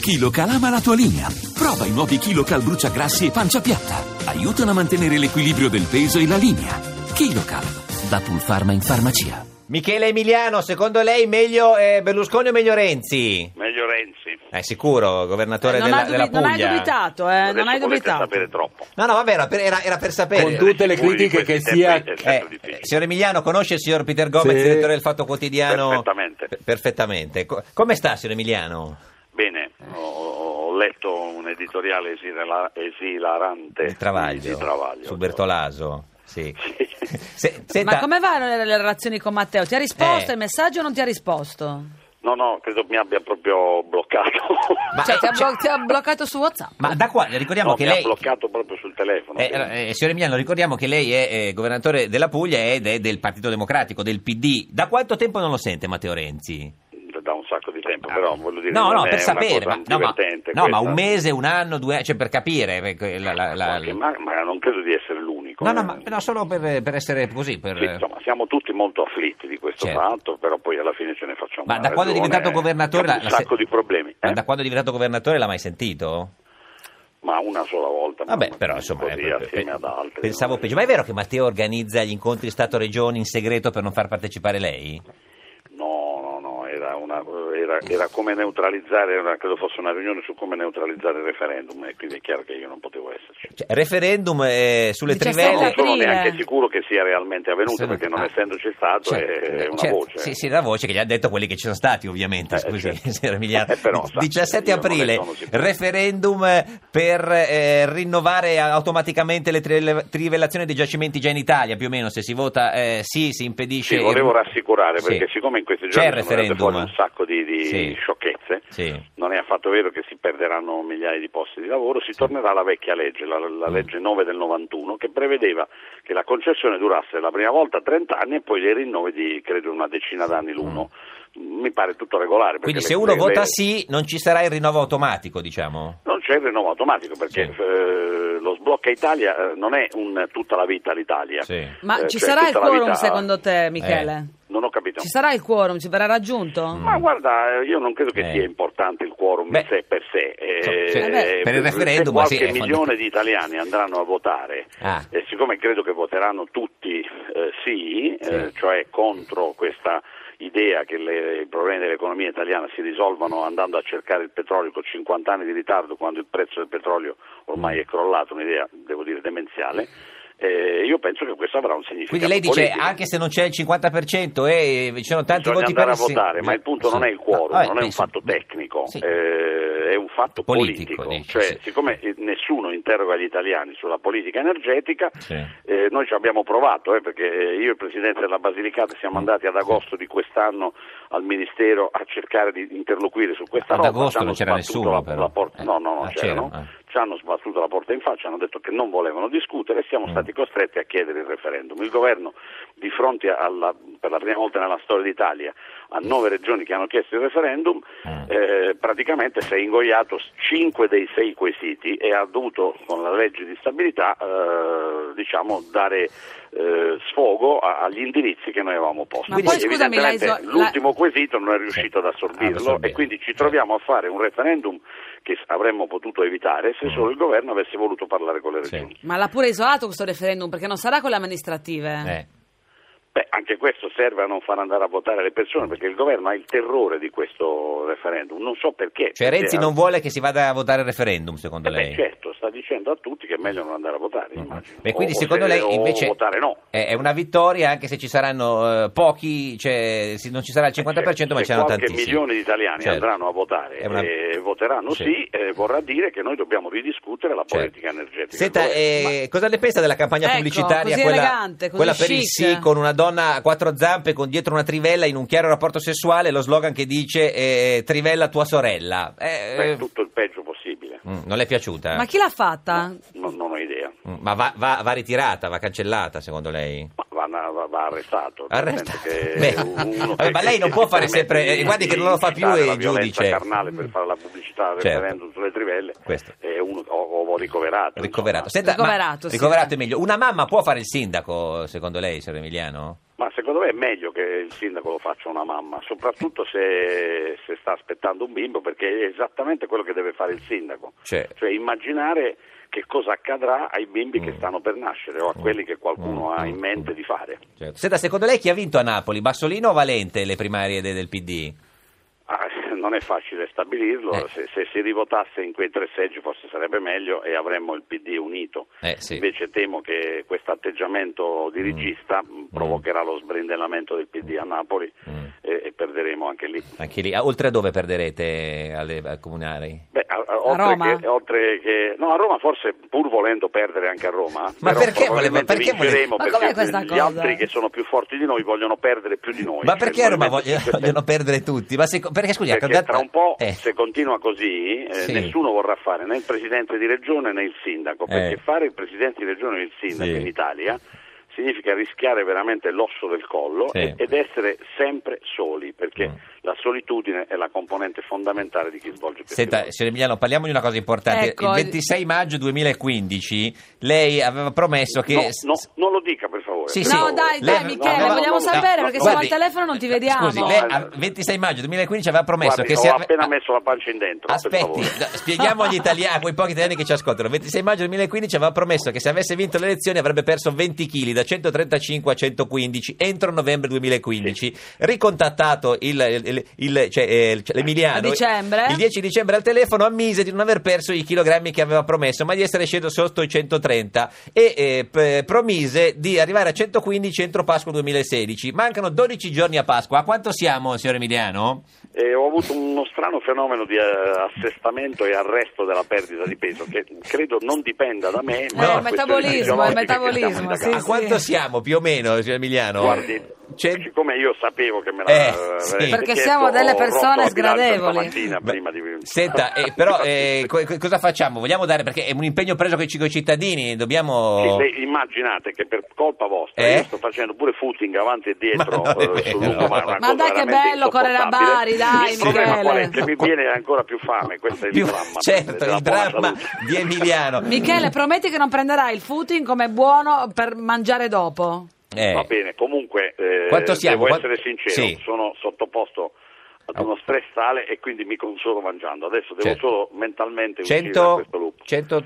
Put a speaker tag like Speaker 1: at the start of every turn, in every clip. Speaker 1: KiloCal ama la tua linea. Prova i nuovi KiloCal bruciagrassi e pancia piatta. Aiutano a mantenere l'equilibrio del peso e la linea. KiloCal, da Pulpharma in farmacia.
Speaker 2: Michele Emiliano, secondo lei meglio eh, Berlusconi o meglio Renzi?
Speaker 3: Meglio Renzi.
Speaker 4: Eh,
Speaker 2: È sicuro, governatore
Speaker 4: non,
Speaker 2: della,
Speaker 4: hai
Speaker 2: della
Speaker 4: dubbi- non hai
Speaker 2: Puglia.
Speaker 4: dubitato, eh, non
Speaker 3: Adesso
Speaker 4: hai
Speaker 3: volete
Speaker 4: dubitato.
Speaker 3: sapere troppo.
Speaker 2: No, no, vabbè, era per, era- era per sapere.
Speaker 5: Con tutte le
Speaker 3: Pure di
Speaker 5: critiche che
Speaker 3: questi
Speaker 5: sia...
Speaker 3: tempi è
Speaker 2: Eh,
Speaker 3: sempre certo, difficile.
Speaker 2: eh, signor Emiliano, conosce il signor Peter Gomez,
Speaker 5: Sì.
Speaker 2: direttore del Fatto Quotidiano?
Speaker 3: Perfettamente.
Speaker 2: P- perfettamente. Co- come sta, signor Emiliano?
Speaker 3: Bene, ho, ho letto un editoriale esila- esilarante
Speaker 2: Il Travaglio,
Speaker 3: di Travaglio.
Speaker 2: su Bertolaso. Sì.
Speaker 3: Sì.
Speaker 2: Se- senta-
Speaker 4: Ma come vanno le, le relazioni con Matteo? Ti ha risposto
Speaker 2: Eh.
Speaker 4: il messaggio o non ti ha risposto?
Speaker 3: No, no, credo mi abbia proprio bloccato.
Speaker 2: Ma-
Speaker 4: cioè, ti ha,
Speaker 2: cioè-
Speaker 4: blo- ti ha bloccato su WhatsApp?
Speaker 2: Ma da qua ricordiamo
Speaker 3: No,
Speaker 2: che
Speaker 3: mi
Speaker 2: lei.
Speaker 3: ha bloccato proprio sul telefono.
Speaker 2: Eh,
Speaker 3: quindi-
Speaker 2: allora, eh, signor Emiliano, ricordiamo che lei è eh, governatore della Puglia ed è del Partito Democratico, del PD. Da quanto tempo non lo sente Matteo Renzi?
Speaker 3: da un sacco di tempo, però voglio dire
Speaker 2: eh, no,
Speaker 3: non
Speaker 2: no,
Speaker 3: è
Speaker 2: per
Speaker 3: una
Speaker 2: sapere,
Speaker 3: cosa
Speaker 2: ma, no, ma-
Speaker 3: divertente
Speaker 2: no, ma
Speaker 3: questa.
Speaker 2: un mese, un anno, due anni, cioè per capire. per- que- la- la- la-
Speaker 3: Qualche- ma, ma non credo di essere l'unico.
Speaker 2: No, no,
Speaker 3: eh.
Speaker 2: ma no, solo per, per essere così. per-
Speaker 3: Sì, insomma, siamo tutti molto afflitti di questo
Speaker 2: Eh. Certo.
Speaker 3: fatto, però poi alla fine ce ne facciamo
Speaker 2: Ma
Speaker 3: una
Speaker 2: da quando è
Speaker 3: ragione,
Speaker 2: diventato governatore...
Speaker 3: abbiamo
Speaker 2: la-
Speaker 3: un
Speaker 2: la se-
Speaker 3: sacco di problemi,
Speaker 2: Ma
Speaker 3: eh,
Speaker 2: da quando è diventato governatore l'ha mai sentito?
Speaker 3: ma una sola volta. ma-
Speaker 2: Vabbè, però insomma...
Speaker 3: così,
Speaker 2: eh,
Speaker 3: assieme
Speaker 2: pe-
Speaker 3: ad altri.
Speaker 2: pensavo
Speaker 3: no?
Speaker 2: peggio. Ma è vero che Matteo organizza gli incontri Stato-Regioni in segreto per non far partecipare lei?
Speaker 3: No, no, no, era, una, era, era come neutralizzare, era- credo fosse una riunione su come neutralizzare il referendum e quindi è chiaro che io non potevo esserci.
Speaker 2: Cioè, referendum eh, sulle
Speaker 4: 17
Speaker 3: Non
Speaker 2: trivelle...
Speaker 4: aprile.
Speaker 3: sono neanche sicuro che sia realmente avvenuto
Speaker 2: Sono-
Speaker 3: perché non
Speaker 2: ah.
Speaker 3: essendoci stato è
Speaker 2: Certo,
Speaker 3: una
Speaker 2: certo.
Speaker 3: voce.
Speaker 2: Sì, sì, la voce che gli ha detto quelli che ci sono stati, ovviamente.
Speaker 3: Eh,
Speaker 2: scusi,
Speaker 3: certo.
Speaker 2: signor Emiliano.
Speaker 3: Eh, però, sa,
Speaker 2: 17
Speaker 3: io non ne
Speaker 2: aprile,
Speaker 3: sono sicuro.
Speaker 2: referendum eh, per eh, rinnovare automaticamente le tri- trivellazioni dei giacimenti già in Italia. Più o meno, se si vota eh, sì, si impedisce.
Speaker 3: Sì, volevo
Speaker 2: il-
Speaker 3: rassicurare perché
Speaker 2: Sì.
Speaker 3: siccome in questi
Speaker 2: C'è il
Speaker 3: giorni sono venute
Speaker 2: referendum.
Speaker 3: fuori un sacco di, di
Speaker 2: Sì.
Speaker 3: sciocchezze,
Speaker 2: Sì.
Speaker 3: non è affatto vero che si perderanno migliaia di posti di lavoro, si tornerà alla vecchia legge, la, la
Speaker 2: Mm.
Speaker 3: legge 9 del 91, che prevedeva che la concessione durasse la prima volta 30 anni e poi dei rinnovi di credo una decina d'anni l'uno. Mi pare tutto regolare. perché
Speaker 2: Mm. Quindi,
Speaker 3: le-
Speaker 2: se uno
Speaker 3: le-
Speaker 2: vota
Speaker 3: le-
Speaker 2: sì, non ci sarà il rinnovo automatico, diciamo.
Speaker 3: Non c'è il rinnovo automatico perché
Speaker 2: Sì.
Speaker 3: eh, lo sblocca Italia eh, non è un tutta la vita l'Italia.
Speaker 2: Sì.
Speaker 4: Ma
Speaker 3: Eh,
Speaker 4: ci
Speaker 3: cioè,
Speaker 4: sarà il
Speaker 3: tutta la
Speaker 4: quorum
Speaker 3: vita- Eh.
Speaker 4: secondo te, Michele?
Speaker 3: Non ho capito.
Speaker 4: Ci sarà il quorum? Ci verrà raggiunto?
Speaker 2: Mm.
Speaker 3: Ma guarda, io non credo che
Speaker 2: Eh.
Speaker 3: sia importante il quorum
Speaker 2: Beh.
Speaker 3: in sé per sé. eh,
Speaker 2: Sì, sì.
Speaker 4: Eh beh.
Speaker 2: Per il
Speaker 3: se
Speaker 2: referendum, ma sì,
Speaker 3: qualche
Speaker 2: è
Speaker 3: milione
Speaker 2: fondamentale.
Speaker 3: di italiani andranno a votare
Speaker 2: Ah.
Speaker 3: e siccome credo che voteranno tutti eh, sì,
Speaker 2: Sì.
Speaker 3: eh, cioè contro questa idea che le- i problemi dell'economia italiana si risolvano andando a cercare il petrolio con 50 anni di ritardo quando il prezzo del petrolio
Speaker 2: Mm.
Speaker 3: ormai è crollato, un'idea devo dire demenziale, eh, io penso che questo avrà un significato
Speaker 2: Quindi lei dice
Speaker 3: politico.
Speaker 2: anche se non c'è il 50% e eh, ci sono tanti
Speaker 3: Bisogna
Speaker 2: voti per
Speaker 3: andare a
Speaker 2: il sì-
Speaker 3: votare, ma il punto non
Speaker 2: Sì.
Speaker 3: è il quorum,
Speaker 2: Ah, vabbè,
Speaker 3: non è un
Speaker 2: penso-
Speaker 3: fatto tecnico,
Speaker 2: Sì.
Speaker 3: eh, è un fatto
Speaker 2: Politico,
Speaker 3: politico.
Speaker 2: dici,
Speaker 3: cioè,
Speaker 2: sì.
Speaker 3: siccome eh, nessuno interroga gli italiani sulla politica energetica,
Speaker 2: Sì.
Speaker 3: eh, noi ci abbiamo provato, eh, perché io e il Presidente della Basilicata siamo andati ad agosto di quest'anno al Ministero a cercare di interloquire su questa
Speaker 2: Ad
Speaker 3: roba.
Speaker 2: agosto
Speaker 3: Ci hanno
Speaker 2: non c'era
Speaker 3: sbattuto
Speaker 2: nessuno,
Speaker 3: la-
Speaker 2: però.
Speaker 3: la porta-
Speaker 2: Eh,
Speaker 3: No, no, no,
Speaker 2: ah,
Speaker 3: c'erano.
Speaker 2: c'erano, eh.
Speaker 3: Ci hanno sbattuto la porta in faccia, hanno detto che non volevano discutere e siamo
Speaker 2: Mm.
Speaker 3: stati costretti a chiedere il referendum. Il governo di fronte alla, per la prima volta nella storia d'Italia a nove regioni che hanno chiesto il referendum,
Speaker 2: Mm.
Speaker 3: eh, praticamente si è ingoiato cinque dei sei quesiti e ha dovuto con la legge di stabilità eh, diciamo, dare eh, sfogo a- agli indirizzi che noi avevamo posto.
Speaker 4: Ma poi,
Speaker 3: Quindi,
Speaker 4: scusami, la
Speaker 3: evidentemente,
Speaker 4: iso- la-
Speaker 3: l'ultimo quesito non è riuscito ad
Speaker 2: ad
Speaker 3: assorbirlo
Speaker 2: assorbire.
Speaker 3: e quindi ci troviamo a fare un referendum che s- avremmo potuto evitare se solo il governo avesse voluto parlare con le
Speaker 2: Mm. Sì.
Speaker 3: regioni.
Speaker 4: Ma l'ha pure isolato questo referendum perché non sarà con le amministrative.
Speaker 2: Eh.
Speaker 3: Beh, anche questo serve a non far andare a votare le persone perché il governo ha il terrore di questo referendum, non so perché.
Speaker 2: Cioè
Speaker 3: perché
Speaker 2: Renzi
Speaker 3: ha-
Speaker 2: non vuole che si vada a votare il referendum, secondo
Speaker 3: Eh beh,
Speaker 2: lei?
Speaker 3: certo, sta dicendo a tutti che è meglio non andare a votare. immagino.
Speaker 2: E quindi
Speaker 3: O- o
Speaker 2: secondo
Speaker 3: se-
Speaker 2: lei
Speaker 3: o
Speaker 2: invece
Speaker 3: votare no.
Speaker 2: è è una vittoria anche se ci saranno eh, pochi, cioè si- non ci sarà il 50% ma
Speaker 3: Cioè,
Speaker 2: ci
Speaker 3: se
Speaker 2: saranno
Speaker 3: qualche
Speaker 2: tantissimi.
Speaker 3: milione di italiani
Speaker 2: Certo.
Speaker 3: andranno a votare
Speaker 2: È una-
Speaker 3: e voteranno sì, eh, vorrà dire che noi dobbiamo ridiscutere la
Speaker 2: Certo.
Speaker 3: politica energetica.
Speaker 2: Senta,
Speaker 3: Dove-
Speaker 2: eh, cosa ne pensa della campagna
Speaker 4: Ecco,
Speaker 2: pubblicitaria?
Speaker 4: così
Speaker 2: quella
Speaker 4: elegante, così
Speaker 2: quella per il
Speaker 4: chic.
Speaker 2: sì, con una donna a quattro zampe, con dietro una trivella in un chiaro rapporto sessuale, lo slogan che dice eh, trivella tua sorella. Eh,
Speaker 3: Beh,
Speaker 2: eh,
Speaker 3: tutto il peggio possibile.
Speaker 2: mm, non le è piaciuta?
Speaker 4: Ma chi l'ha fatta?
Speaker 3: Non, non ho idea.
Speaker 2: Mm, ma va, va- va ritirata, va cancellata secondo lei?
Speaker 3: Ma vanno- va, va- va arrestato. nel
Speaker 2: Arrestato.
Speaker 3: senso che
Speaker 2: Beh,
Speaker 3: uno
Speaker 2: vabbè, ma lei non può fare
Speaker 3: si permette
Speaker 2: sempre-
Speaker 3: di-
Speaker 2: guardi che non lo fa più
Speaker 3: incitare
Speaker 2: il
Speaker 3: la violenza
Speaker 2: giudice. Mm.
Speaker 3: carnale per fare la pubblicità del
Speaker 2: Certo.
Speaker 3: referendum sulle trivelle
Speaker 2: Questo.
Speaker 3: è uno o, o ricoverato.
Speaker 2: Ricoverato.
Speaker 3: insomma.
Speaker 2: Senta, ma-
Speaker 4: Ricoverato, sì.
Speaker 2: ricoverato è meglio. Una mamma può fare il sindaco, secondo lei, signor Emiliano?
Speaker 3: Ma secondo me è meglio che il sindaco lo faccia una mamma, soprattutto se, se sta aspettando un bimbo, perché è esattamente quello che deve fare il sindaco.
Speaker 2: Cioè,
Speaker 3: Cioè immaginare che cosa accadrà ai bimbi che
Speaker 2: Mm.
Speaker 3: stanno per nascere o a
Speaker 2: Mm.
Speaker 3: quelli che qualcuno
Speaker 2: Mm.
Speaker 3: ha in
Speaker 2: Mm.
Speaker 3: mente di fare.
Speaker 2: certo. Senta, secondo lei chi ha vinto a Napoli, Bassolino o Valente, le primarie de- del PD?
Speaker 3: Ah, non è facile stabilirlo,
Speaker 2: Eh.
Speaker 3: se, se si rivotasse in quei tre seggi forse sarebbe meglio e avremmo il PD unito.
Speaker 2: Eh sì. Mm.
Speaker 3: Invece temo che questo atteggiamento dirigista mh, provocherà lo sbrindellamento del PD a Napoli
Speaker 2: Mm.
Speaker 3: e, e perderemo anche lì.
Speaker 2: Anche lì, Ah, oltre a dove perderete alle, al comunali?
Speaker 3: Beh, a, a- oltre
Speaker 4: Roma?
Speaker 3: Che, oltre che- no, a Roma forse pur volendo perdere anche a Roma,
Speaker 2: Ma
Speaker 3: però
Speaker 2: perché
Speaker 3: probabilmente
Speaker 2: voleva- perché
Speaker 3: vinceremo
Speaker 4: voleva- Ma com'è questa
Speaker 3: perché gli
Speaker 4: cosa?
Speaker 3: altri che sono più forti di noi vogliono perdere più di noi.
Speaker 2: Ma
Speaker 3: Cioè,
Speaker 2: perché a Roma voglio-
Speaker 3: probabilmente-
Speaker 2: vogliono, perdere tutti? Ma seco- perché scusi, ha
Speaker 3: Perché
Speaker 2: candidato-
Speaker 3: tra un po',
Speaker 2: Eh,
Speaker 3: se continua così, eh,
Speaker 2: Sì.
Speaker 3: nessuno vorrà fare né il presidente di regione né il sindaco, perché
Speaker 2: Eh.
Speaker 3: fare il presidente di regione e il sindaco
Speaker 2: Sì.
Speaker 3: in Italia significa rischiare veramente l'osso del collo
Speaker 2: Sì.
Speaker 3: e- ed essere sempre soli, perché
Speaker 2: Mm.
Speaker 3: la solitudine è la componente fondamentale di chi svolge questo
Speaker 2: Senta, signor Emiliano, parliamo di una cosa importante.
Speaker 4: Ecco,
Speaker 2: il 26 maggio 2015 lei aveva promesso che...
Speaker 3: No, no, non lo dica per favore.
Speaker 2: Sì,
Speaker 3: per
Speaker 2: sì.
Speaker 4: No,
Speaker 3: favore.
Speaker 4: dai,
Speaker 2: Lei-
Speaker 4: dai, Michele,
Speaker 2: no, no,
Speaker 4: vogliamo
Speaker 2: no,
Speaker 4: sapere
Speaker 2: no,
Speaker 4: perché
Speaker 2: no,
Speaker 4: siamo
Speaker 2: guardi, eh,
Speaker 4: al telefono non ti vediamo.
Speaker 2: Scusi, lei il 26 maggio 2015 aveva promesso
Speaker 3: Guardi,
Speaker 2: che
Speaker 3: ho
Speaker 2: si ave-
Speaker 3: appena
Speaker 2: ah,
Speaker 3: messo la pancia in dentro. per
Speaker 2: Aspetti,
Speaker 3: favore.
Speaker 2: da- spieghiamo agli italiani, a quei pochi italiani che ci ascoltano. Il 26 maggio 2015 aveva promesso che se avesse vinto le elezioni avrebbe perso 20 kg da 135 a 115 entro novembre 2015. Ricontattato il, il- il- cioè, eh, il- cioè, l'Emiliano
Speaker 4: A dicembre?
Speaker 2: il 10 dicembre al telefono ammise di non aver perso i chilogrammi che aveva promesso, ma di essere sceso sotto i 130 e eh, p- promise di arrivare a 115 entro Pasqua 2016. Mancano 12 giorni a Pasqua. A quanto siamo, signor Emiliano?
Speaker 3: E Eh, ho avuto uno strano fenomeno di eh, assestamento e arresto della perdita di peso che credo non dipenda da me,
Speaker 2: No, il
Speaker 3: ma da questioni
Speaker 4: Eh, metabolismo, il
Speaker 3: fisiologiche che siamo
Speaker 4: metabolismo,
Speaker 3: indagati.
Speaker 2: a
Speaker 4: sì.
Speaker 2: quanto siamo più o meno, signor Emiliano?
Speaker 3: Guardi,
Speaker 2: Cent-
Speaker 3: siccome io sapevo che me la
Speaker 2: Eh,
Speaker 3: avreste
Speaker 2: sì.
Speaker 3: chiesto,
Speaker 4: Perché siamo delle
Speaker 3: ho rotto
Speaker 4: persone
Speaker 3: la bilancia
Speaker 4: sgradevoli.
Speaker 3: stamattina
Speaker 2: Beh,
Speaker 3: prima di...
Speaker 2: Senta, eh, però eh, co- co- cosa facciamo? Vogliamo dare, perché è un impegno preso con i con i cittadini, dobbiamo...
Speaker 3: Sì, lei immaginate che per colpa vostra
Speaker 2: Oh. Eh?
Speaker 3: io sto facendo pure footing avanti e dietro
Speaker 2: Ma non è
Speaker 3: eh, sul
Speaker 2: vero.
Speaker 3: lungomare, una
Speaker 4: Ma dai
Speaker 3: cosa
Speaker 4: che
Speaker 3: veramente
Speaker 4: bello correre a Bari,
Speaker 3: insopportabile.
Speaker 4: dai,
Speaker 3: Il problema
Speaker 4: Michele.
Speaker 3: qual è? Che mi viene ancora più fame, questo è il
Speaker 2: Più-
Speaker 3: dramma.
Speaker 2: certo,
Speaker 3: della
Speaker 2: il
Speaker 3: buona
Speaker 2: dramma
Speaker 3: salute.
Speaker 2: di Emiliano.
Speaker 4: Michele, prometti che non prenderai il footing come buono per mangiare dopo.
Speaker 2: Eh,
Speaker 3: Va bene, comunque eh,
Speaker 2: Quanto siamo?
Speaker 3: devo
Speaker 2: Qual-
Speaker 3: essere sincero,
Speaker 2: Sì.
Speaker 3: sono sottoposto ad uno stress tale e quindi mi consolo mangiando. Adesso devo
Speaker 2: Certo.
Speaker 3: solo mentalmente uscire da
Speaker 2: 100...
Speaker 3: questo loop.
Speaker 2: 100...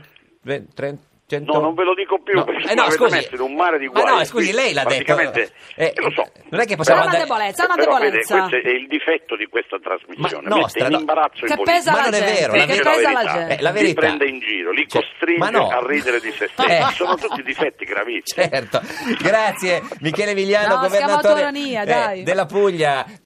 Speaker 2: 100...
Speaker 3: No, non ve lo dico più
Speaker 2: No,
Speaker 3: perché
Speaker 2: eh, no,
Speaker 3: mi avete
Speaker 2: scusi.
Speaker 3: messo in un mare di
Speaker 2: Ma
Speaker 3: guai.
Speaker 2: no, scusi, lei l'ha detto.
Speaker 3: Praticamente,
Speaker 2: Eh,
Speaker 3: lo so.
Speaker 2: non è che
Speaker 4: Però
Speaker 2: possiamo
Speaker 4: è una
Speaker 2: andare-
Speaker 4: debolezza, è una
Speaker 3: Però, vede,
Speaker 4: debolezza.
Speaker 3: questo è il difetto di questa trasmissione,
Speaker 2: Ma nostra, no.
Speaker 3: mette in imbarazzo
Speaker 4: Che
Speaker 3: i politici.
Speaker 4: pesa
Speaker 2: Ma
Speaker 4: la
Speaker 2: non è
Speaker 4: gente,
Speaker 2: vero, la
Speaker 4: che
Speaker 3: Dice
Speaker 2: verità-
Speaker 4: pesa la
Speaker 3: verità.
Speaker 4: gente.
Speaker 2: Eh, la verità-
Speaker 3: Li prende in giro, li
Speaker 2: Cioè, ma
Speaker 3: costringe
Speaker 2: no.
Speaker 3: a ridere di se stessi.
Speaker 2: Eh.
Speaker 3: Sono tutti difetti gravissimi.
Speaker 2: Certo, grazie Michele Emiliano,
Speaker 4: No, siamo a
Speaker 2: governatore
Speaker 4: Toronia,
Speaker 2: eh,
Speaker 4: dai.
Speaker 2: della Puglia.